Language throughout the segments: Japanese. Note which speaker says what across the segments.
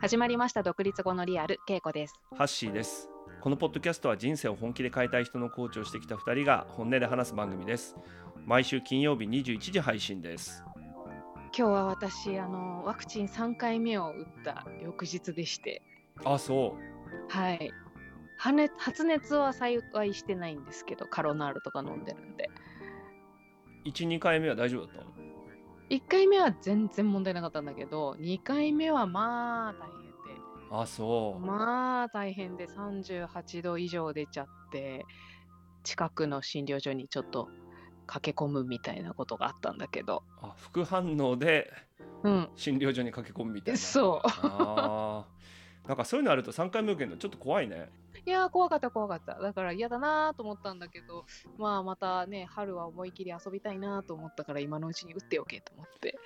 Speaker 1: 始まりました独立後のリアルけいこです
Speaker 2: ハッシーです。このポッドキャストは人生を本気で変えたい人のコーチをしてきた2人が本音で話す番組です。毎週金曜日21時配信です。
Speaker 1: 今日は私あのワクチン3回目を打った翌日でして
Speaker 2: あ、そ
Speaker 1: はい発熱発熱は幸いしてないんですけどカロナールとか飲んでるんで
Speaker 2: う。1、2回目は大丈夫だったの
Speaker 1: 1回目は全然問題なかったんだけど2回目はまあ大変で
Speaker 2: あ、そう。
Speaker 1: まあ大変で38度以上出ちゃって近くの診療所にちょっと駆け込むみたいなことがあったんだけど
Speaker 2: あ副反応で
Speaker 1: うん
Speaker 2: 診療所に駆け込むみたいな。
Speaker 1: そう
Speaker 2: あーなんかそういうのあると3回目受けるのちょっと怖いね。
Speaker 1: いやー怖かった怖かっただから嫌だなーと思ったんだけどまあまたね春は思い切り遊びたいなーと思ったから今のうちに打っておけと思って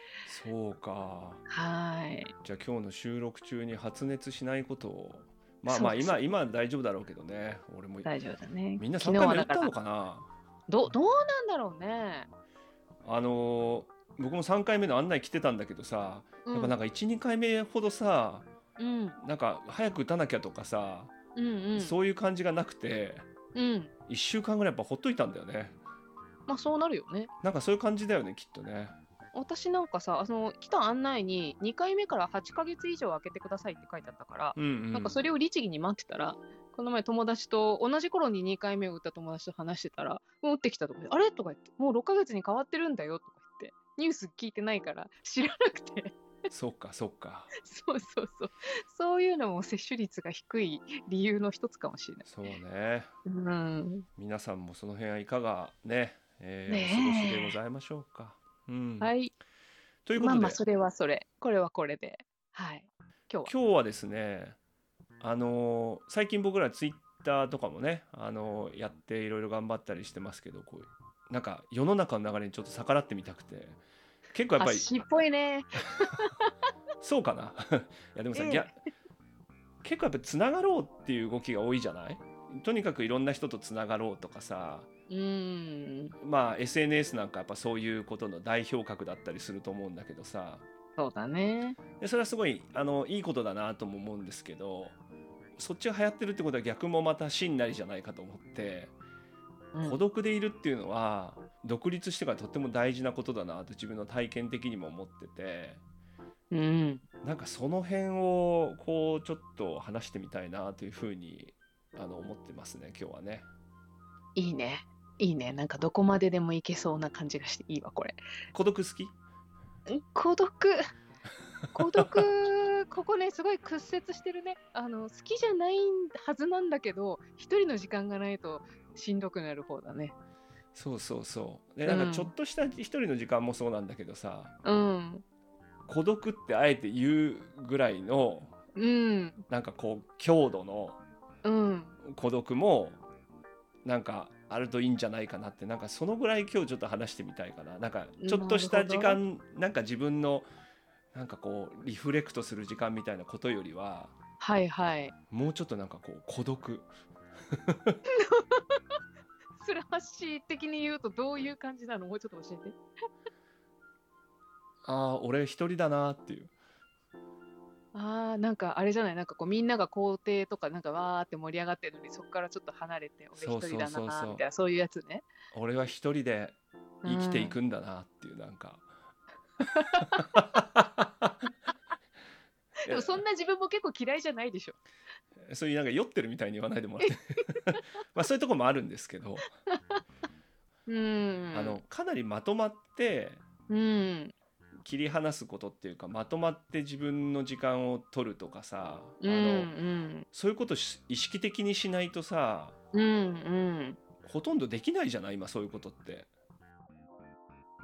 Speaker 2: そうか。
Speaker 1: はーい
Speaker 2: じゃあ今日の収録中に発熱しないことを。まあ
Speaker 1: そう
Speaker 2: まあ
Speaker 1: です
Speaker 2: 今、今は大丈夫だろうけどね。俺も。
Speaker 1: 大丈夫だね
Speaker 2: みんな
Speaker 1: 昨
Speaker 2: 3
Speaker 1: 日
Speaker 2: 回
Speaker 1: は
Speaker 2: 目
Speaker 1: だ
Speaker 2: 打っ
Speaker 1: か
Speaker 2: た
Speaker 1: ら
Speaker 2: のかな
Speaker 1: どどうなんだろうね、
Speaker 2: あのー僕も3回目の案内来てたんだけどさ、
Speaker 1: うん、
Speaker 2: やっぱなんか12回目ほどさ
Speaker 1: うん
Speaker 2: なんか早く打たなきゃとかさ、
Speaker 1: うんうん
Speaker 2: そういう感じがなくて
Speaker 1: うん
Speaker 2: 1週間ぐらいやっぱほっといたんだよね
Speaker 1: まあそうなるよね
Speaker 2: なんかそういう感じだよねきっとね
Speaker 1: 私なんかさあの来た案内に2回目から8ヶ月以上空けてくださいって書いてあったから、
Speaker 2: うんうん
Speaker 1: なんかそれを律儀に待ってたらこの前友達と同じ頃に2回目を打った友達と話してたらもう打ってきたとかで「あれ?」とか言って「もう6ヶ月に変わってるんだよ」とか言ってニュース聞いてないから知らなくて
Speaker 2: そうかそうか
Speaker 1: そうそうそうそういうのも接種率が低い理由の一つかもしれない。
Speaker 2: そうね
Speaker 1: うん
Speaker 2: 皆さんもその辺はいかがね、えー
Speaker 1: ねえ
Speaker 2: お過ごしでございましょうか、うん
Speaker 1: はい
Speaker 2: というこ
Speaker 1: ま
Speaker 2: と
Speaker 1: あ
Speaker 2: で、
Speaker 1: まあそれはそれこれはこれではい今日は。
Speaker 2: 今日はですねあのー最近僕らツイッターとかもね、あのーやっていろいろ頑張ったりしてますけどこうなんか世の中の流れにちょっと逆らってみたくて結構やっぱり
Speaker 1: 足っぽいね。
Speaker 2: そうかな いやでもさ、
Speaker 1: ええ
Speaker 2: ぎゃ結構やっぱつながろうっていう動きが多いじゃないとにかくいろんな人とつながろうとかさ
Speaker 1: うん
Speaker 2: まあ SNS なんかやっぱそういうことの代表格だったりすると思うんだけどさ
Speaker 1: そうだね。
Speaker 2: でそれはすごいあのいいことだなとも思うんですけどそっちが流行ってるってことは逆もまた真なりじゃないかと思って、
Speaker 1: うん
Speaker 2: 孤独でいるっていうのは独立してからとっても大事なことだなと自分の体験的にも思ってて
Speaker 1: うん、
Speaker 2: なんかその辺をこうちょっと話してみたいなというふうにあの思ってますね今日はね。
Speaker 1: いいね。いいね。なんかどこまででもいけそうな感じがしていいわ、これ。
Speaker 2: 孤独好き
Speaker 1: ん孤独。孤独、 ここね、すごい屈折してるね。あの、好きじゃないはずなんだけど、一人の時間がないとしんどくなる方だね。
Speaker 2: そうそうそう。でなんかちょっとした一人の時間もそうなんだけどさ、
Speaker 1: うん。
Speaker 2: 孤独ってあえて言うぐらいの
Speaker 1: うん。
Speaker 2: なんかこう強度の
Speaker 1: うん。
Speaker 2: 孤独もなんかあるといいんじゃないかなってなんかそのぐらい今日ちょっと話してみたいかななんかちょっとした時間なんか自分のなんかこうリフレクトする時間みたいなことよりは
Speaker 1: はいはい。
Speaker 2: もうちょっとなんかこう孤独
Speaker 1: それ、ハッシー的に言うとどういう感じなのもうちょっと教えて。
Speaker 2: ああー俺一人だなっていう
Speaker 1: ああ、なんかあれじゃないなんかこうみんなが校庭とかなんかわーって盛り上がってるのにそこからちょっと離れて俺
Speaker 2: そう
Speaker 1: 一
Speaker 2: そう
Speaker 1: 人だな
Speaker 2: そうそう
Speaker 1: ーみたいなそういうやつね。
Speaker 2: 俺は一人で生きていくんだなっていうなんか。
Speaker 1: でもそ んな自分も結構嫌いじゃないでしょ。
Speaker 2: そういうなんか酔ってるみたいに言わない でもらってまあそういうとこもあるんですけど、
Speaker 1: うん。
Speaker 2: あの、かなりまとまって
Speaker 1: うん。
Speaker 2: 切り離すことっていうかまとまって自分の時間を取るとかさ、
Speaker 1: うんう
Speaker 2: あの
Speaker 1: ん。
Speaker 2: そういうことし意識的にしないとさ
Speaker 1: うんうん。
Speaker 2: ほとんどできないじゃない今そういうことって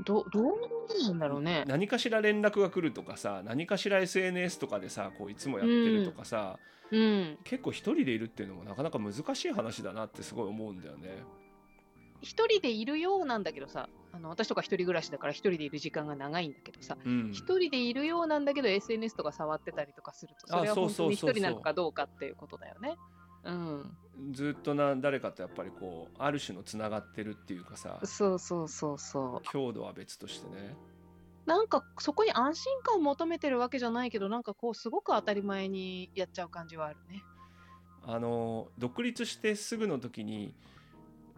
Speaker 1: ど、どうなんだろうね。
Speaker 2: 何かしら連絡が来るとかさ何かしら SNS とかでさこういつもやってるとかさ、
Speaker 1: うん。
Speaker 2: 結構一人でいるっていうのもなかなか難しい話だなってすごい思うんだよね。
Speaker 1: 一人でいるようなんだけどさ、あの私とか一人暮らしだから一人でいる時間が長いんだけどさ、
Speaker 2: うん、
Speaker 1: 一人でいるようなんだけど SNS とか触ってたりとかすると、
Speaker 2: あ
Speaker 1: それは
Speaker 2: そ
Speaker 1: 本当
Speaker 2: う
Speaker 1: に
Speaker 2: そう
Speaker 1: 一
Speaker 2: そう
Speaker 1: 人なのかどうかっていうことだよね。うん。
Speaker 2: ずっとな誰かとやっぱりこうある種のつながってるっていうかさ
Speaker 1: そうそうそうそう。
Speaker 2: 強度は別としてね
Speaker 1: なんかそこに安心感を求めてるわけじゃないけど、なんかこうすごく当たり前にやっちゃう感じはあるね。
Speaker 2: あの独立してすぐの時に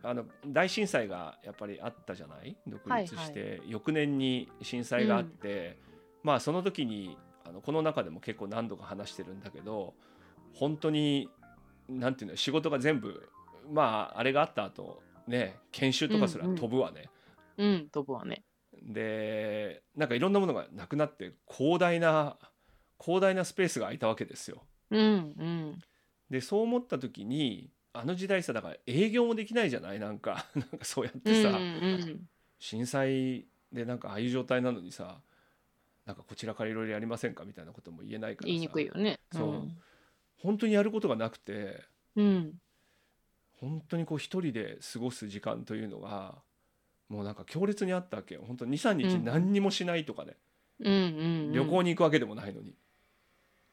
Speaker 2: あの大震災がやっぱりあったじゃない独立して、翌年に震災があって、まあその時にあのこの中でも結構何度か話してるんだけど本当になんていうの仕事が全部まああれがあった後ね研修とかすら飛ぶわね、
Speaker 1: うん、飛ぶわね。
Speaker 2: でなんかいろんなものがなくなって広大な広大なスペースが空いたわけですよ。
Speaker 1: うんうん。
Speaker 2: でそう思った時にあの時代さだから営業もできないじゃないなんか なんかそうやってさ、
Speaker 1: うんうん
Speaker 2: 震災でなんかああいう状態なのにさなんかこちらからいろいろやりませんかみたいなことも言えないからさ
Speaker 1: 言いにくいよね。
Speaker 2: そう本当にやることがなくて
Speaker 1: うん。うん。
Speaker 2: 本当にこう一人で過ごす時間というのがもうなんか強烈にあったわけよ本当23日何にもしないとかね、
Speaker 1: うんうんうん。
Speaker 2: 旅行に行くわけでもないのに。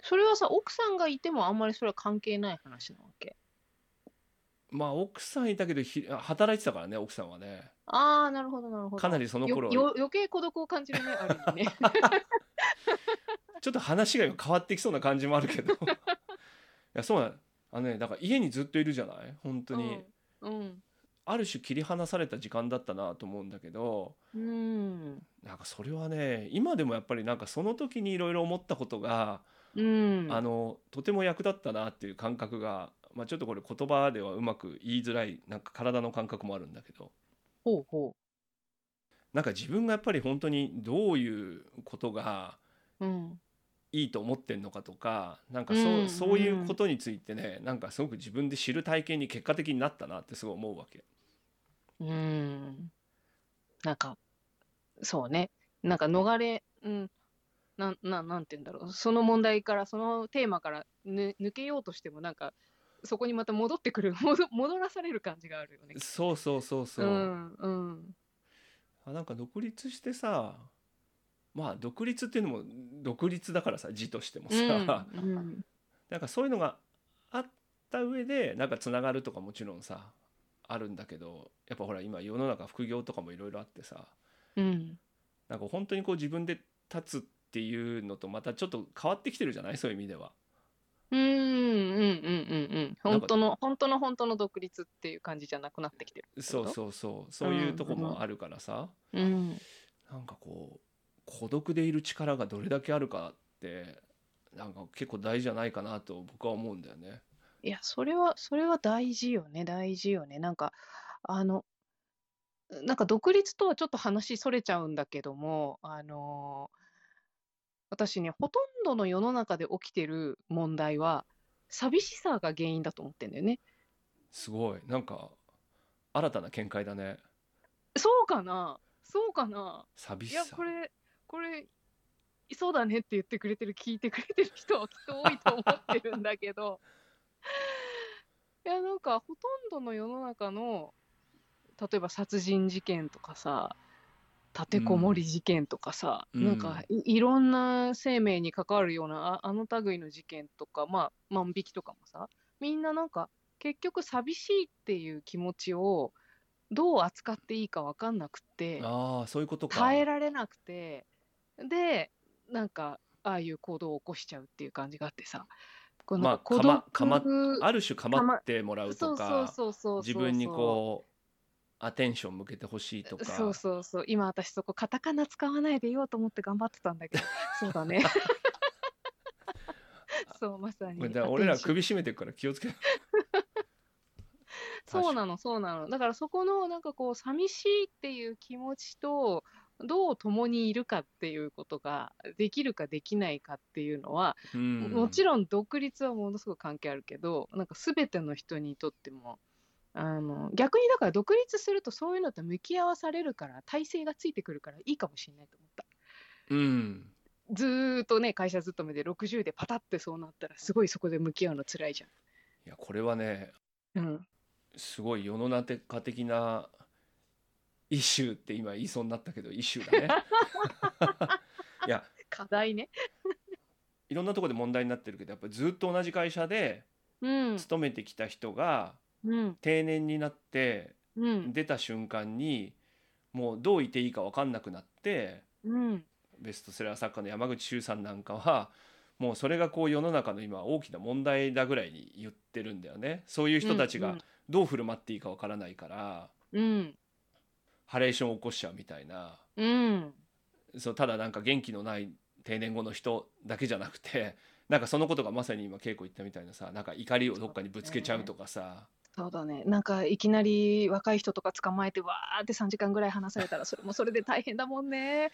Speaker 1: それはさ、奥さんがいてもあんまりそれは関係ない話なわけ。
Speaker 2: まあ奥さんいたけどひ働いてたからね奥さんはね
Speaker 1: ああ、なるほどなるほど。
Speaker 2: かなりその頃
Speaker 1: よ よ余計孤独を感じるね、ある意味ね。
Speaker 2: ちょっと話が今変わってきそうな感じもあるけど いやそうなのあのねだから家にずっといるじゃない本当に、
Speaker 1: うん。
Speaker 2: ある種切り離された時間だったなと思うんだけど
Speaker 1: うん。
Speaker 2: なんかそれはね今でもやっぱりなんかその時にいろいろ思ったことが、
Speaker 1: うん。
Speaker 2: あのとても役立ったなっていう感覚が、まあ、ちょっとこれ言葉ではうまく言いづらいなんか体の感覚もあるんだけど
Speaker 1: ほうほ
Speaker 2: なんか自分がやっぱり本当にどういうことが
Speaker 1: う。うん。
Speaker 2: いいと思ってんのかとかなんかそう,、
Speaker 1: うん
Speaker 2: そういうことについてねなんかすごく自分で知る体験に結果的になったなってすごい思うわけ。
Speaker 1: うん。なんか、そうね。なんか逃れ、うん。なん、なん、なんて言うんだろう。その問題から、そのテーマからぬ抜けようとしても、なんか、そこにまた戻ってくる、 戻戻らされる感じがあるよね。
Speaker 2: そうそうそうそう。
Speaker 1: ん、うん。
Speaker 2: あなんか独立してさまあ独立っていうのも独立だからさ字としてもさ、
Speaker 1: うんうん
Speaker 2: なんかそういうのがあった上でなんかつながるとかもちろんさあるんだけどやっぱほら今世の中副業とかもいろいろあってさ
Speaker 1: うん。
Speaker 2: なんか本当にこう自分で立つっていうのとまたちょっと変わってきてるじゃないそういう意味では。
Speaker 1: うん、うん、うん、うん、うん。本当の、本当の本当の独立っていう感じじゃなくなってきてるってこと。
Speaker 2: そうそうそうそういうとこもあるからさ、
Speaker 1: うん。
Speaker 2: なんかこう孤独でいる力がどれだけあるかってなんか結構大事じゃないかなと僕は思うんだよね。
Speaker 1: いや、それは、それは大事よね、大事よね。なんか、あの、なんか独立とはちょっと話それちゃうんだけども、あのー私ね、ほとんどの世の中で起きてる問題は、寂しさが原因だと思ってんだよね。
Speaker 2: すごいなんか新たな見解だね
Speaker 1: そうかなそうかな
Speaker 2: 寂
Speaker 1: い
Speaker 2: し
Speaker 1: や、
Speaker 2: さ
Speaker 1: こ。れ、これ、そうだねって言ってくれてる、聞いてくれてる人はきっと多いと思ってるんだけど、いや、なんか、ほとんどの世の中の、例えば殺人事件とかさ、立てこもり事件とかさ、
Speaker 2: うん
Speaker 1: なんかい、いろんな生命に関わるような、ああの類の事件とか、まあ、万引きとかもさ、みんななんか、結局、寂しいっていう気持ちを、どう扱っていいか分かんなくって、
Speaker 2: ああそういうことか。
Speaker 1: 耐えられなくてでなんかああいう行動を起こしちゃうっていう感じがあってさこ
Speaker 2: まあ
Speaker 1: の孤独、
Speaker 2: かまかまある種構ってもらう
Speaker 1: そ
Speaker 2: と
Speaker 1: うそう
Speaker 2: か
Speaker 1: そうそう
Speaker 2: 自分にこうアテンション向けてほしいとか
Speaker 1: そうそうそう今私そこカタカナ使わないでいようと思って頑張ってたんだ けどそうだねそうまさに
Speaker 2: これだから俺ら
Speaker 1: アテンション
Speaker 2: 首絞めてるから気をつけ
Speaker 1: そうなのそうなのだからそこのなんかこう寂しいっていう気持ちとどう共にいるかっていうことができるかできないかっていうのは
Speaker 2: うん
Speaker 1: もちろん独立はものすごく関係あるけど、なんか全ての人にとっても、あの逆にだから独立するとそういうのと向き合わされるから、体制がついてくるからいいかもしれないと思った。
Speaker 2: うん
Speaker 1: ずーっとね、会社勤めで60でパタってそうなったら、すごいそこで向き合うの辛いじ
Speaker 2: いやこれはね
Speaker 1: ゃん。うん。
Speaker 2: すごい世の中的なイシューって今言いそうになったけどイシューだね。いや
Speaker 1: 課題ね。
Speaker 2: いろんなところで問題になってるけどやっぱりずっと同じ会社で
Speaker 1: うん。
Speaker 2: 勤めてきた人が
Speaker 1: うん
Speaker 2: 定年になって
Speaker 1: うん
Speaker 2: 出た瞬間にもうどういていいか分かんなくなって
Speaker 1: うん
Speaker 2: ベストセラー作家の山口周さんなんかはもうそれがこう世の中の今大きな問題だぐらいに言ってるんだよねそういう人たちがどう振る舞っていいか分からないから
Speaker 1: うん
Speaker 2: ハレーションを起こしちゃうみたいな
Speaker 1: うん
Speaker 2: そうただなんか元気のない定年後の人だけじゃなくて なんかそのことがまさに今稽古言ったみたいなさなんか怒りをどっかにぶつけちゃうとかさ
Speaker 1: そうだねなんかいきなり若い人とか捕まえてわーって3時間ぐらい話されたらそれもそれで大変だもんね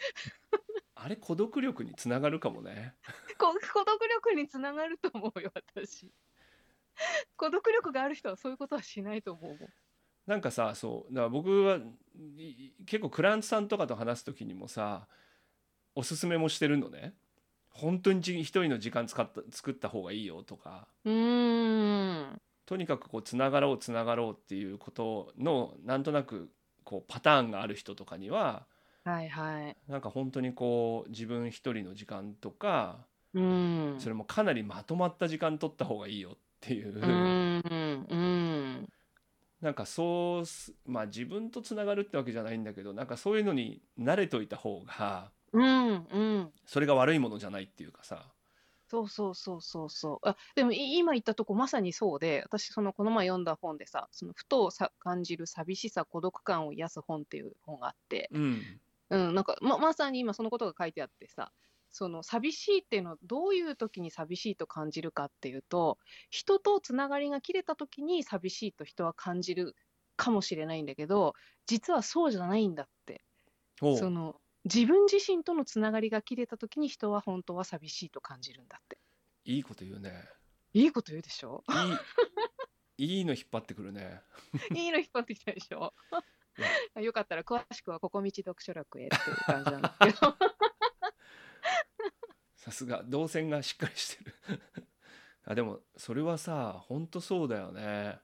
Speaker 2: あれ孤独力につながるかもね。
Speaker 1: こ孤独力につながると思うよ私孤独力がある人はそういうことはしないと思うもん
Speaker 2: なんかさそうだから僕はいい結構クランツさんとかと話す時にもさおすすめもしてるのね本当にじ一人の時間使った作った方がいいよとか
Speaker 1: うーん
Speaker 2: とにかくこうつながろうつながろうっていうことのなんとなくこうパターンがある人とかには
Speaker 1: はいはい
Speaker 2: なんか本当にこう自分一人の時間とか
Speaker 1: うん
Speaker 2: それもかなりまとまった時間取った方がいいよっていう
Speaker 1: うーんうん
Speaker 2: なんかそうすまあ自分とつながるってわけじゃないんだけどなんかそういうのに慣れといた方が
Speaker 1: うんうん
Speaker 2: それが悪いものじゃないっていうかさ
Speaker 1: そうそうそうそうそうあでもい今言ったとこまさにそうで私そのこの前読んだ本でさそのふとさ感じる寂しさ孤独感を癒す本っていう本があって、
Speaker 2: うん
Speaker 1: うん、なんかままさに今そのことが書いてあってさその寂しいっていうのはどういう時に寂しいと感じるかっていうと人とつながりが切れた時に寂しいと人は感じるかもしれないんだけど実はそうじゃないんだって
Speaker 2: ほう
Speaker 1: その自分自身とのつながりが切れた時に人は本当は寂しいと感じるんだって
Speaker 2: いいこと言うね
Speaker 1: いいこと言うでしょ
Speaker 2: い いいいの引っ張ってくるね
Speaker 1: いいの引っ張ってきたでしょ よかったら詳しくは「ここ道読書楽へ」っていう感じなんですけど
Speaker 2: さすが動線がしっかりしてる あでもそれはさほんとそうだよね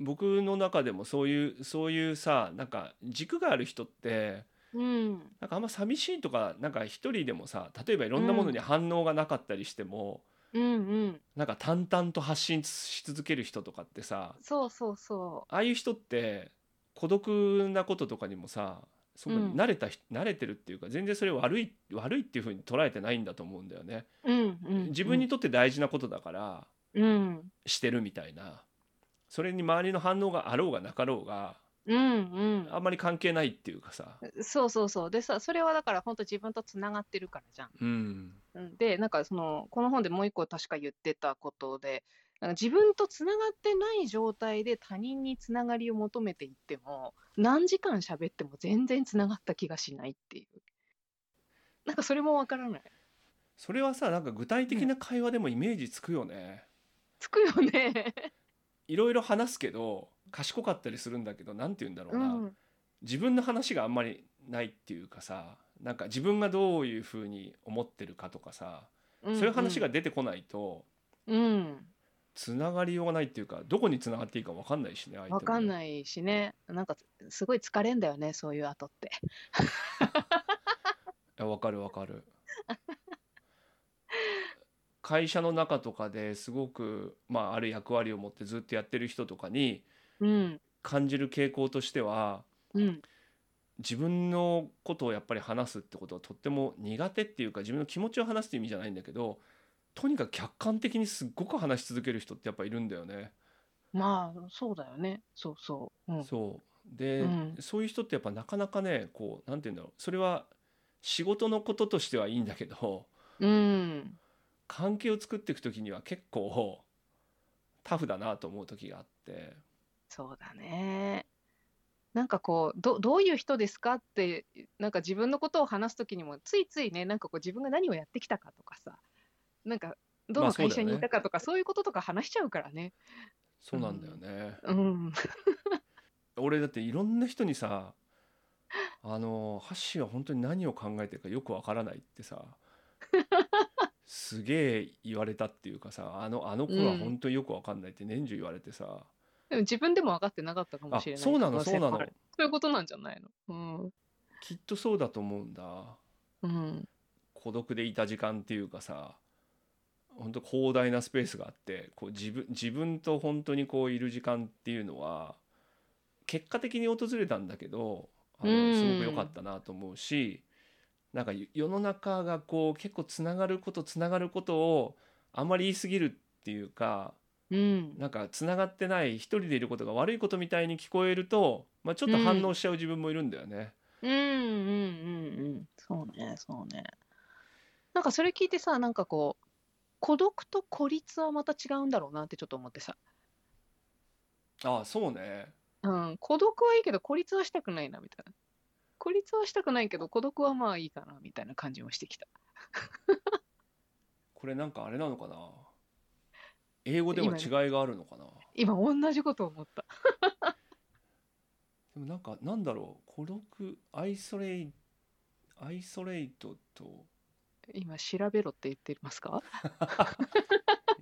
Speaker 2: 僕の中でもそういうそういうさなんか軸がある人って
Speaker 1: うん
Speaker 2: なんかあんま寂しいとかなんか一人でもさ例えばいろんなものに反応がなかったりしても、
Speaker 1: うんうん
Speaker 2: なんか淡々と発信し続ける人とかってさ
Speaker 1: そうそうそ
Speaker 2: ああいう人って孤独なこととかにもさそこに慣れた人、慣れてるっていうか全然それ悪い悪いっていう風に捉えてないんだと思うんだよね。
Speaker 1: う、うんうんうん、
Speaker 2: 自分にとって大事なことだから
Speaker 1: うん
Speaker 2: してるみたいなそれに周りの反応があろうがなかろうが
Speaker 1: うんうん
Speaker 2: あんまり関係ないっていうかさ。
Speaker 1: そうそうそうでさそれはだから本当自分とつながってるからじゃん
Speaker 2: うん、
Speaker 1: うんでなんかそのこの本でもう一個確か言ってたことでなんか自分とつながってない状態で他人につながりを求めていっても何時間喋っても全然つながった気がしないっていうなんかそれもわからない
Speaker 2: それはさなんか具体的な会話でもイメージつくよね。
Speaker 1: つくよね、
Speaker 2: いろいろ話すけど賢かったりするんだけどなんて言うんだろう
Speaker 1: う
Speaker 2: な。
Speaker 1: ん、
Speaker 2: 自分の話があんまりないっていうかさなんか自分がどういうふうに思ってるかとかさそういう話が出てこないと
Speaker 1: うん
Speaker 2: つながりようがないっていうかどこにつながっていいか分かんないしね相手も
Speaker 1: わかん
Speaker 2: い
Speaker 1: ないしねなんかすごい疲れんだよねそういう後って
Speaker 2: や分かる分かる会社の中とかですごく、まあ、ある役割を持ってずっとやってる人とかに
Speaker 1: うん
Speaker 2: 感じる傾向としては
Speaker 1: うん
Speaker 2: 自分のことをやっぱり話すってことはとっても苦手っていうか自分の気持ちを話すっていう意味じゃないんだけどとにかく客観的にすっごく話し続ける人ってやっぱいるんだよね。
Speaker 1: まあそうだよねそうそう、うん、
Speaker 2: そうで、
Speaker 1: うん
Speaker 2: そういう人ってやっぱなかなかねこうなんて言うんだろうそれは仕事のこととしてはいいんだけど
Speaker 1: うん
Speaker 2: 関係を作っていく時には結構 タフだなと思う時があって
Speaker 1: そうだね。なんかこうどどういう人ですかってなんか自分のことを話すときにもついついねなんかこう自分が何をやってきたかとかさなんかど
Speaker 2: まあ
Speaker 1: の
Speaker 2: そう
Speaker 1: 会
Speaker 2: だよね
Speaker 1: 社にいたかとか、そういうこととか話しちゃうからね。
Speaker 2: そうなんだよね。
Speaker 1: うん、
Speaker 2: 俺だっていろんな人にさあのハッシーは本当に何を考えてるかよくわからないってさすげえ言われたっていうかさあのあの頃は本当によくわかんないって年中言われてさ、
Speaker 1: でも自分でも分かってなかったかも
Speaker 2: あ
Speaker 1: しれない
Speaker 2: そうな
Speaker 1: 可
Speaker 2: の
Speaker 1: 能
Speaker 2: そう
Speaker 1: 性も
Speaker 2: なの
Speaker 1: あるそういうことなんじゃないの。
Speaker 2: きっとそうだと思うんだ
Speaker 1: うんうん
Speaker 2: 孤独でいた時間っていうかさ本当広大なスペースがあってこう自分自分と本当にこういる時間っていうのは結果的に訪れたんだけどあ
Speaker 1: うん
Speaker 2: のすごく良かったなと思うし、なんか世の中がこう結構つながることつながることをあんまり言い過ぎるっていうか
Speaker 1: うん。
Speaker 2: なんかつながってない一人でいることが悪いことみたいに聞こえると、まあ、ちょっと反応しちゃう自分もいるんだよね。
Speaker 1: うんうんうんうん。そうね、そうね。なんかそれ聞いてさ、なんかこう、孤独と孤立はまた違うんだろうなってちょっと思ってさ。
Speaker 2: ああそうね
Speaker 1: うん、孤独はいいけど孤立はしたくないな、みたいな。孤立はしたくないけど孤独はまあいいかな、みたいな感じもしてきた。
Speaker 2: これなんかあれなのかな英語では違いがあるのかな
Speaker 1: 今同じこと思った。
Speaker 2: でもなんかなんだろう孤独アイソレイアイソレイトと
Speaker 1: 今調べろって言ってますか
Speaker 2: い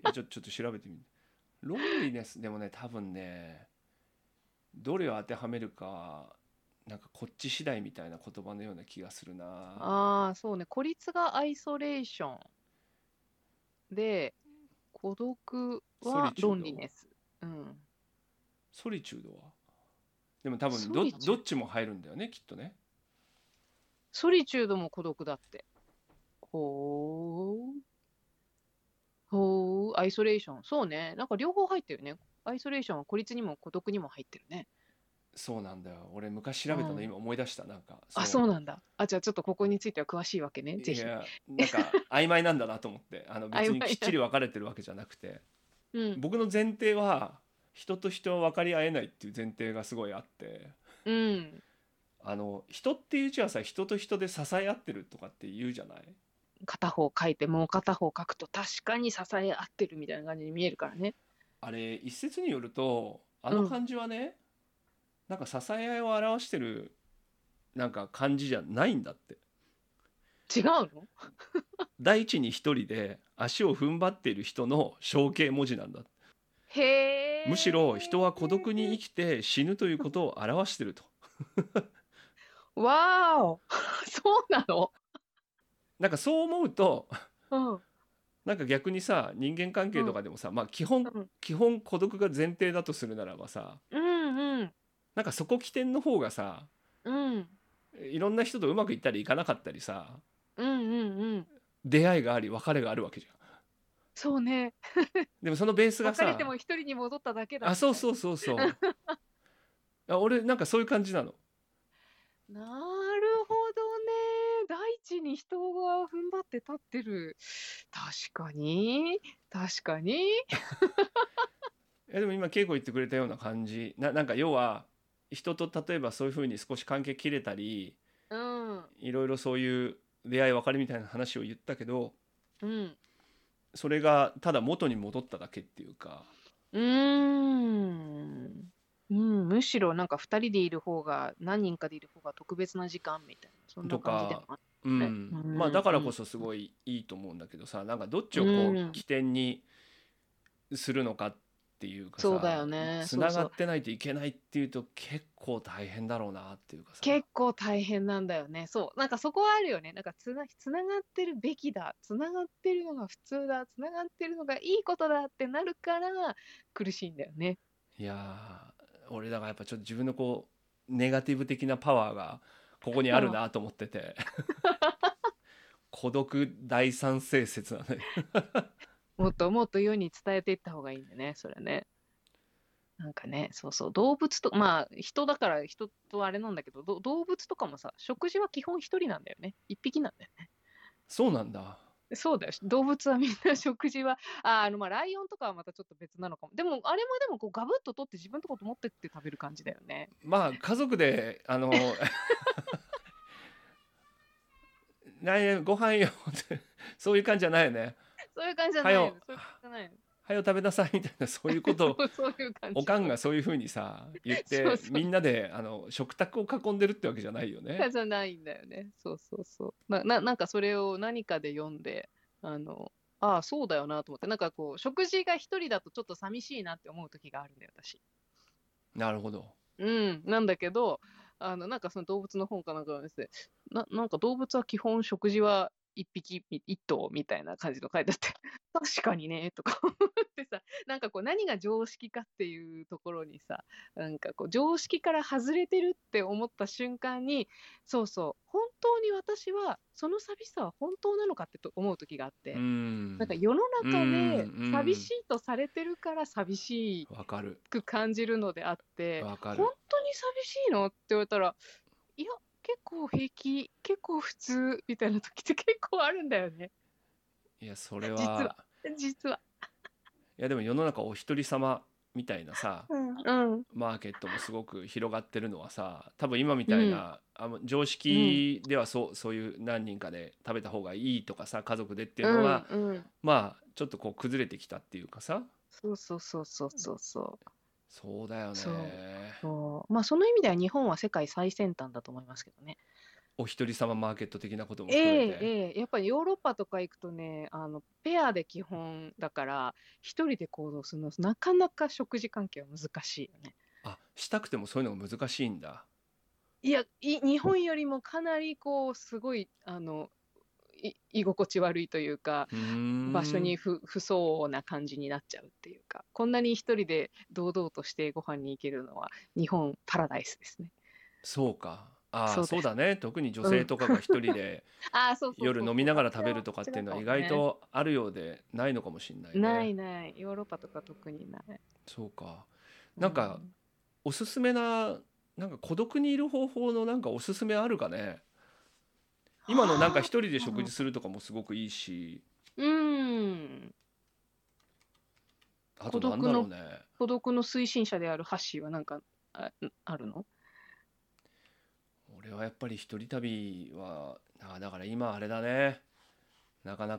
Speaker 2: やちょちょ っと調べてみるロンリネスでもね多分ねどれを当てはめるかなんかこっち次第みたいな言葉のような気がするな
Speaker 1: ああ、そうね。孤立がアイソレーション。で、孤独は
Speaker 2: ソリチュード
Speaker 1: ロンリネス。うん。
Speaker 2: ソリチュードはでも多分
Speaker 1: ソ
Speaker 2: ど
Speaker 1: リチュード
Speaker 2: どっちも入るんだよねきっとね
Speaker 1: ソリチュードも孤独だって。ほう。ほう。アイソレーション。そうね。なんか両方入ってるね。アイソレーションは孤立にも孤独にも入ってるね。
Speaker 2: そうなんだよ俺昔調べたの、
Speaker 1: うん
Speaker 2: 今思い出したなんか
Speaker 1: あ、そうなんだ。あ、じゃあちょっとここについては詳しいわけね。ぜ
Speaker 2: い
Speaker 1: ひ。
Speaker 2: やなんか曖昧なんだなと思って あの別
Speaker 1: 曖昧
Speaker 2: に
Speaker 1: な
Speaker 2: きっちり分かれてるわけじゃなくて
Speaker 1: うん。
Speaker 2: 僕の前提は人と人は分かり合えないっていう前提がすごいあって
Speaker 1: うん。
Speaker 2: あの人っていううちはさ人と人で支え合ってるとかって言うじゃない
Speaker 1: 片方書いてもう片方書くと確かに支え合ってるみたいな感じに見えるからね。
Speaker 2: あれ一説によるとあの漢字はね、なんか支え合いを表してるなんか漢字じゃないんだって
Speaker 1: 違うの
Speaker 2: 第一に一人で足を踏ん張っている人の象形文字なんだって
Speaker 1: へえ。
Speaker 2: むしろ人は孤独に生きて死ぬということを表してると
Speaker 1: わーお そうなの
Speaker 2: なんかそう思うと
Speaker 1: うん。
Speaker 2: なんか逆にさ人間関係とかでもさ、まあ基本、
Speaker 1: うん
Speaker 2: 基本孤独が前提だとするならばさ
Speaker 1: うんうん。
Speaker 2: なんかそこ起点の方がさ
Speaker 1: うん。
Speaker 2: いろんな人とうまくいったりいかなかったりさ
Speaker 1: うんうんうん。
Speaker 2: 出会いがあり別れがあるわけじゃん。
Speaker 1: そうね。
Speaker 2: でもそのベースが
Speaker 1: 別れ
Speaker 2: さ
Speaker 1: ても一人に戻っただけだ。
Speaker 2: あそう
Speaker 1: う。
Speaker 2: そうそ うそうあ俺なんかそういう感じなの。
Speaker 1: なるほどね。大地に人が踏ん張って立ってる。確かに。確かに。
Speaker 2: えでも今稽古言ってくれたような感じななんか要は人と例えばそういうふうに少し関係切れたり
Speaker 1: うん。
Speaker 2: いろいろそういう出会い別れみたいな話を言ったけど
Speaker 1: うん。
Speaker 2: それがただ元に戻っただけっていうか。
Speaker 1: うーん。うん、むしろなんか二人でいる方が何人かでいる方が特別な時間みたいなそんな感じでもある
Speaker 2: うん
Speaker 1: ね
Speaker 2: ま
Speaker 1: う
Speaker 2: あ
Speaker 1: ん
Speaker 2: だからこそすごいいいと思うんだけどさなんかどっちをこ
Speaker 1: う
Speaker 2: うん起点にするのかっていうかさ
Speaker 1: そうだよね
Speaker 2: つながってないといけないっていうと結構大変だろうなっていうかさ
Speaker 1: 結構大変なんだよね。そう。なんかそこはあるよね。なんかつな、つながってるべきだ。つながってるのが普通だ。つながってるのがいいことだってなるから苦しいんだよね。
Speaker 2: いやー俺だからやっぱちょっと自分のこうネガティブ的なパワーがここにあるなと思っ てて孤独第三性説なのよ
Speaker 1: もっともっと世に伝えていった方がいいんだよね。それね。なんかね、そうそう。動物と、まあ人だから人とあれなんだけど、ど動物とかもさ、食事は基本一人なんだよね。一匹なんだよね。
Speaker 2: そうなんだ
Speaker 1: そうだよ。動物はみんな食事は、ああの、まあライオンとかはまたちょっと別なのかも。でも、あれもでもこうガブッと取って自分のとこと持ってって食べる感じだよね。
Speaker 2: まあ家族であの 来年ご飯よってそういう感じじゃないよね
Speaker 1: そういう感じじゃな
Speaker 2: は
Speaker 1: いよ。
Speaker 2: よ
Speaker 1: そういう感じじゃないよ。
Speaker 2: はよ食べなさいみたいなそういうこと を
Speaker 1: そういう感じ。
Speaker 2: おかんがそういうふうにさ言って
Speaker 1: そうそう
Speaker 2: みんなであの食卓を囲んでるってわけじゃないよね。
Speaker 1: じゃないんだよね。そうそうそう。な、ななんかそれを何かで読んで、あの、ああ、そうだよなと思って、なんかこう、食事が一人だとちょっと寂しいなって思う時があるんだよ、私。
Speaker 2: なるほど。
Speaker 1: うん、なんだけど、あの、なんかその動物の本かなんかのですね、ななんか動物は基本食事は一匹み、一頭みたいな感じの書いてあって、 確かにね、とか思ってさ、なんかこう何が常識かっていうところにさ、なんかこう常識から外れてるって思った瞬間に、そうそう、本当に私はその寂しさは本当なのかってと思う時があって、
Speaker 2: うん
Speaker 1: なんか世の中で
Speaker 2: うんうん
Speaker 1: 寂しいとされてるから寂し
Speaker 2: わかる
Speaker 1: く感じるのであって、
Speaker 2: わか
Speaker 1: 本
Speaker 2: る
Speaker 1: 当に寂しいのって言われたら、いや、結構平気、結構普通みたいな時って結構あるんだよね、
Speaker 2: いやそれは
Speaker 1: 実実は。
Speaker 2: いやでも世の中お一人様みたいなさ
Speaker 1: うん、
Speaker 2: マーケットもすごく広がってるのはさ多分今みたいな、あの常識ではそう,、そういう何人かで食べた方がいいとかさ家族でっていうのが、
Speaker 1: うんうん、
Speaker 2: まあちょっとこう崩れてきたっていうかさ
Speaker 1: そうそうそうそうそうそ
Speaker 2: そうだよね
Speaker 1: そううそうまあその意味では日本は世界最先端だと思いますけどね
Speaker 2: お一人様マーケット的なことも
Speaker 1: え
Speaker 2: 含
Speaker 1: え
Speaker 2: めて、
Speaker 1: ええやっぱりヨーロッパとか行くとねあのペアで基本だから一人で行動するのはなかなか食事関係は難しいよね
Speaker 2: あしたくてもそういうのが難しいんだ
Speaker 1: いやい日本よりもかなりこうすごいあのい居心地悪いというか
Speaker 2: うーん
Speaker 1: 場所に不不相応な感じになっちゃうっていうかこんなに一人で堂々としてご飯に行けるのは日本パラダイスですね
Speaker 2: そうかあ
Speaker 1: そう
Speaker 2: そう
Speaker 1: です
Speaker 2: そうだね特に女性とかが一 人で
Speaker 1: あーそうそうそう
Speaker 2: 夜飲みながら食べるとかっていうのは意外
Speaker 1: こ
Speaker 2: とあるようでないのかもしれない
Speaker 1: ち
Speaker 2: ね。
Speaker 1: らの方ねないないヨーロッパとか特にない
Speaker 2: そうかなんかおすすめななんか孤独にいる方法のなんかおすすめあるかね今のなんか一人で食事するとかもすごくいいし
Speaker 1: うん
Speaker 2: あとなんだろうね
Speaker 1: 孤独の推進者であるハッシーはなんかああるの
Speaker 2: 俺はやっぱり一人旅はあだから今あれだねなかな
Speaker 1: あ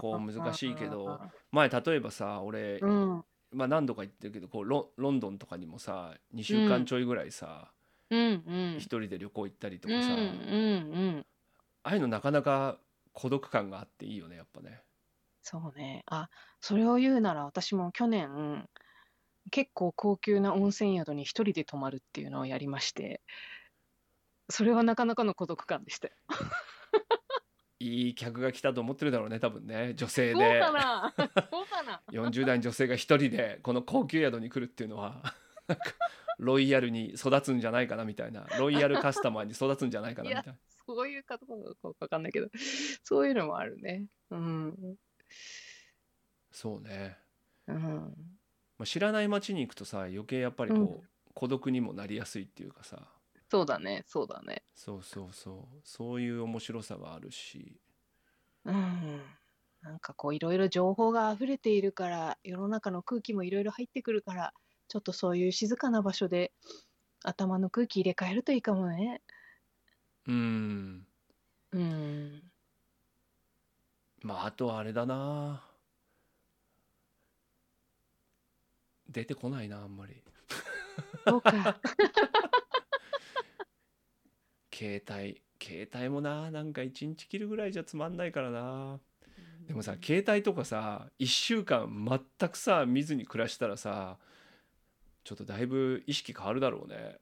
Speaker 1: ー
Speaker 2: こう難しいけど前例えばさ俺
Speaker 1: うん
Speaker 2: まあ何度か言ってるけどこうロンロンドンとかにもさ2週間ちょいぐらいさ
Speaker 1: うんうん
Speaker 2: 一人で旅行行ったりと
Speaker 1: うんう
Speaker 2: かさ
Speaker 1: んうん
Speaker 2: ああいうのなかなか孤独感があっていいよねやっぱね。
Speaker 1: そうねあそれを言うなら私も去年結構高級な温泉宿に一人で泊まるっていうのをやりましてそれはなかなかの孤独感でしたよ
Speaker 2: いい客が来たと思ってるだろうね多分ね女性
Speaker 1: そう
Speaker 2: で
Speaker 1: かな そうかな
Speaker 2: 40代の女性が一人でこの高級宿に来るっていうのは なんかロイヤルに育つんじゃないかなみたいなロイヤルカスタマーに育つんじゃないかなみたいな
Speaker 1: そう いう方なのかわかんないけど、そういうのもあるね。うん。
Speaker 2: そうね、
Speaker 1: うん。
Speaker 2: まあ、知らない街に行くとさ余計やっぱりこう、
Speaker 1: うん
Speaker 2: 孤独にもなりやすいっていうかさ
Speaker 1: そうだね、そうだね。
Speaker 2: そうそうそうそういう面白さがあるし
Speaker 1: うん。なんかこう、いろいろ情報が溢れているから、世の中の空気もいろいろ入ってくるから、ちょっとそういう静かな場所で、頭の空気入れ替えるといいかもね。
Speaker 2: うん
Speaker 1: うん。
Speaker 2: まああとはあれだな出てこないなあんまり
Speaker 1: そうか。
Speaker 2: 携帯携帯もななんか1日切るぐらいじゃつまんないからな でもさ携帯とかさ1週間全くさ見ずに暮らしたらさちょっとだいぶ意識変わるだろうね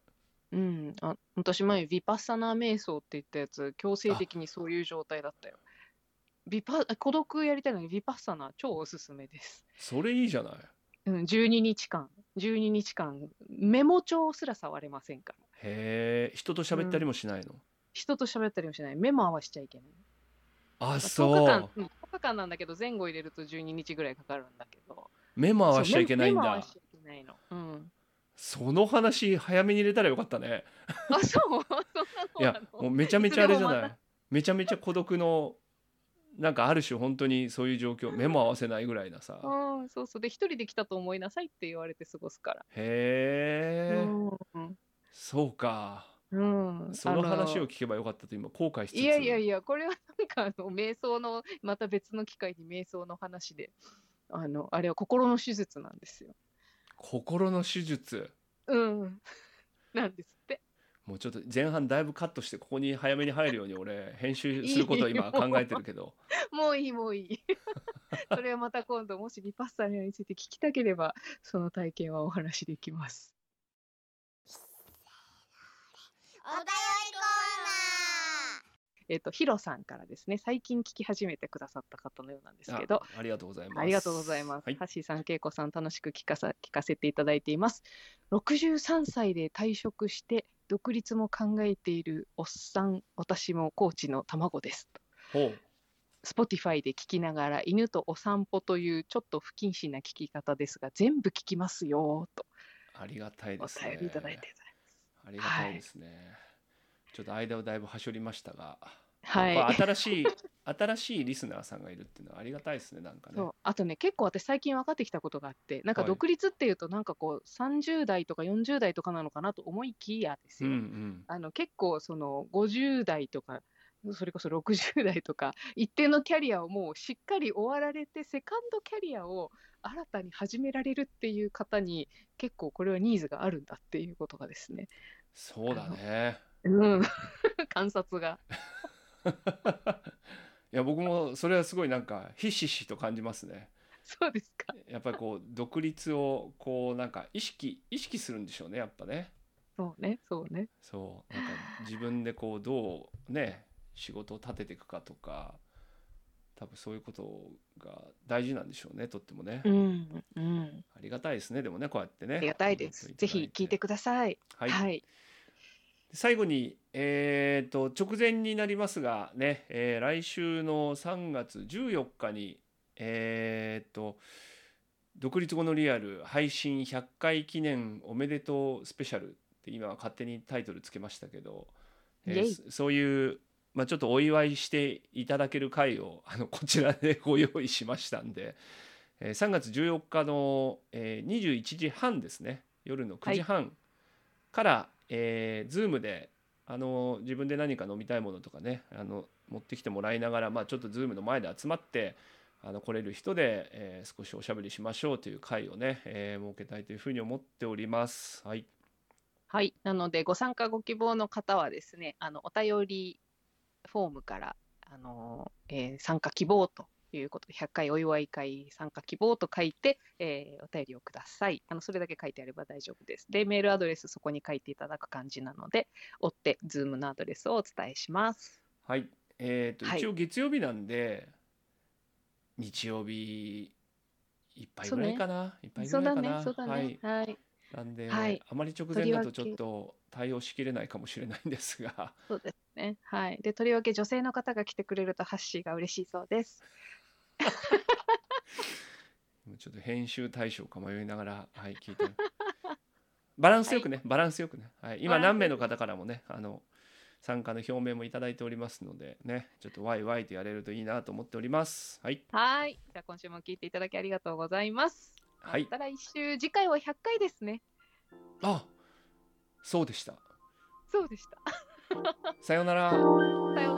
Speaker 1: うん、あ私前ヴィパッサナー瞑想って言ったやつ強制的にそういう状態だったよヴィパあ孤独やりたいのにヴィパッサナー超おすすめです、
Speaker 2: それいいじゃない
Speaker 1: うん、12日間12日間メモ帳すら触れませんから
Speaker 2: へえ人と喋ったりもしないの、
Speaker 1: 人と喋ったりもしないメモ合わしちゃいけない
Speaker 2: あ
Speaker 1: 10日
Speaker 2: そ
Speaker 1: 間
Speaker 2: う
Speaker 1: うん10日間なんだけど前後入れると12日ぐらいかかるんだけど
Speaker 2: 目も合わしちゃいけないん
Speaker 1: そうメモ合わ
Speaker 2: だ
Speaker 1: しちゃいけないの、うん、
Speaker 2: その話早めに入れたらよかったね
Speaker 1: あそう そんなの
Speaker 2: いや
Speaker 1: あ
Speaker 2: もう
Speaker 1: の
Speaker 2: めちゃめちゃあれじゃ
Speaker 1: いつ
Speaker 2: な
Speaker 1: で
Speaker 2: いめちゃめちゃ孤独のなんかある種本当にそういう状況目も合わせないぐらいなさ
Speaker 1: うん、そうそうで一人で来たと思いなさいって言われて過ごすから、
Speaker 2: へえ、
Speaker 1: うん
Speaker 2: そうか
Speaker 1: うん、
Speaker 2: その話
Speaker 1: あ
Speaker 2: を聞けばよかったと今後悔しつつ
Speaker 1: いやいやいやこれはなんかあの瞑想のまた別の機会に瞑想の話であのあれは心の手術なんですよ。
Speaker 2: 心の手術
Speaker 1: うん、なんですって。
Speaker 2: もうちょっと前半だいぶカットしてここに早めに入るように俺編集することを今考えてるけど
Speaker 1: もういいもうい い。それはまた今度もしリパッサリアについて聞きたければその体験はお話しできます。
Speaker 3: お便りコーナー
Speaker 1: えっ、と、ヒロさんからですね、最近聞き始めてくださった方のようなんですけど、
Speaker 2: あありがとうございます
Speaker 1: ありがとうございます。
Speaker 2: はい
Speaker 1: ハッシーさん、ケイコさん、楽しく聞かさ聞かせていただいています。63歳で退職して、独立も考えているおっさん、私もコーチの卵です。
Speaker 2: ほう
Speaker 1: Spotify で聞きながら、犬とお散歩というちょっと不謹慎な聞き方ですが、全部聞きますよと
Speaker 2: ありがたい
Speaker 1: お
Speaker 2: ですね
Speaker 1: 便りいただいて。
Speaker 2: ありがたいですね、ちょっと間をだいぶ端折りましたが、
Speaker 1: はい。
Speaker 2: まあ新しい新しいリスナーさんがいるっていうのはありがたいですねなんかね
Speaker 1: そうあとね結構私最近分かってきたことがあってなんか
Speaker 2: はい
Speaker 1: 独立っていうとなんかこう30代とか40代とかなのかなと思いきやです
Speaker 2: ん
Speaker 1: よ、
Speaker 2: うん
Speaker 1: あの結構その50代とかそれこそ60代とか一定のキャリアをもうしっかり終わられてセカンドキャリアを新たに始められるっていう方に結構これはニーズがあるんだっていうことがですね、
Speaker 2: そうだね
Speaker 1: うん、 観察が
Speaker 2: いや僕もそれはすごいなんかひしひしと感じますね
Speaker 1: そうですか
Speaker 2: やっぱりこう独立をこうなんか意識意識するんでしょうねやっぱね
Speaker 1: そうねそうね
Speaker 2: そうなんか自分でこうどうね仕事を立てていくかとか多分そういうことが大事なんでしょうねとってもね、
Speaker 1: うんうん
Speaker 2: ありがたいですねでもねこうやってね
Speaker 1: ありがたいですぜひ聞いて
Speaker 2: く
Speaker 1: ください
Speaker 2: はい、
Speaker 1: はい
Speaker 2: 最後にえー、と直前になりますがね、えー来週の3月14日にえー、と独立後のリアル配信100回記念おめでとうスペシャルって今は勝手にタイトルつけましたけど、え
Speaker 1: イ
Speaker 2: ー
Speaker 1: ェイ
Speaker 2: そそういう、まあ、ちょっとお祝いしていただける回を あのこちらでご用意しましたんで、えー3月14日の、えー21時半ですね夜の9時半から、えー、Zoom であの自分で何か飲みたいものとかねあの持ってきてもらいながら、まあ、ちょっと Zoom の前で集まってあの来れる人で、えー少しおしゃべりしましょうという会をね、えー設けたいというふうに思っております。はい、
Speaker 1: はい、なのでご参加ご希望の方はですね、あのお便りフォームから、あのーえー参加希望ということで、100回お祝い会参加希望と書いて、えーお便りをくださいあの。それだけ書いてあれば大丈夫です。で、メールアドレスそこに書いていただく感じなので、追って、ズームのアドレスをお伝えします。
Speaker 2: はいえー、と
Speaker 1: はい
Speaker 2: 一応月曜日なんで、日曜日いっぱいぐらいかな、いっぱいぐ
Speaker 1: そう
Speaker 2: ら
Speaker 1: だ
Speaker 2: いか
Speaker 1: ね
Speaker 2: な、、
Speaker 1: そうだね。
Speaker 2: はい、
Speaker 1: はい、
Speaker 2: なんで、
Speaker 1: はい
Speaker 2: あまり直前だ
Speaker 1: と
Speaker 2: と
Speaker 1: りわけ
Speaker 2: ちょっと対応しきれないかもしれないんですが。
Speaker 1: そうですね。はい。で、とりわけ女性の方が来てくれるとハッシーが嬉しいそうです。
Speaker 2: ちょっと編集対象か迷いながら、はい、聞いてる バランスよくね、バランスよくね、はい、今
Speaker 1: バランス
Speaker 2: 何名の方からもねあの参加の表明もいただいておりますのでねちょっとワイワイとやれるといいなと思っておりますはい
Speaker 1: はい。じゃあ今週も聞いていただきありがとうございます。
Speaker 2: はい
Speaker 1: また来週、次回は100回ですね。
Speaker 2: あそうでした
Speaker 1: そうでした。
Speaker 2: さようなら
Speaker 1: さようなら。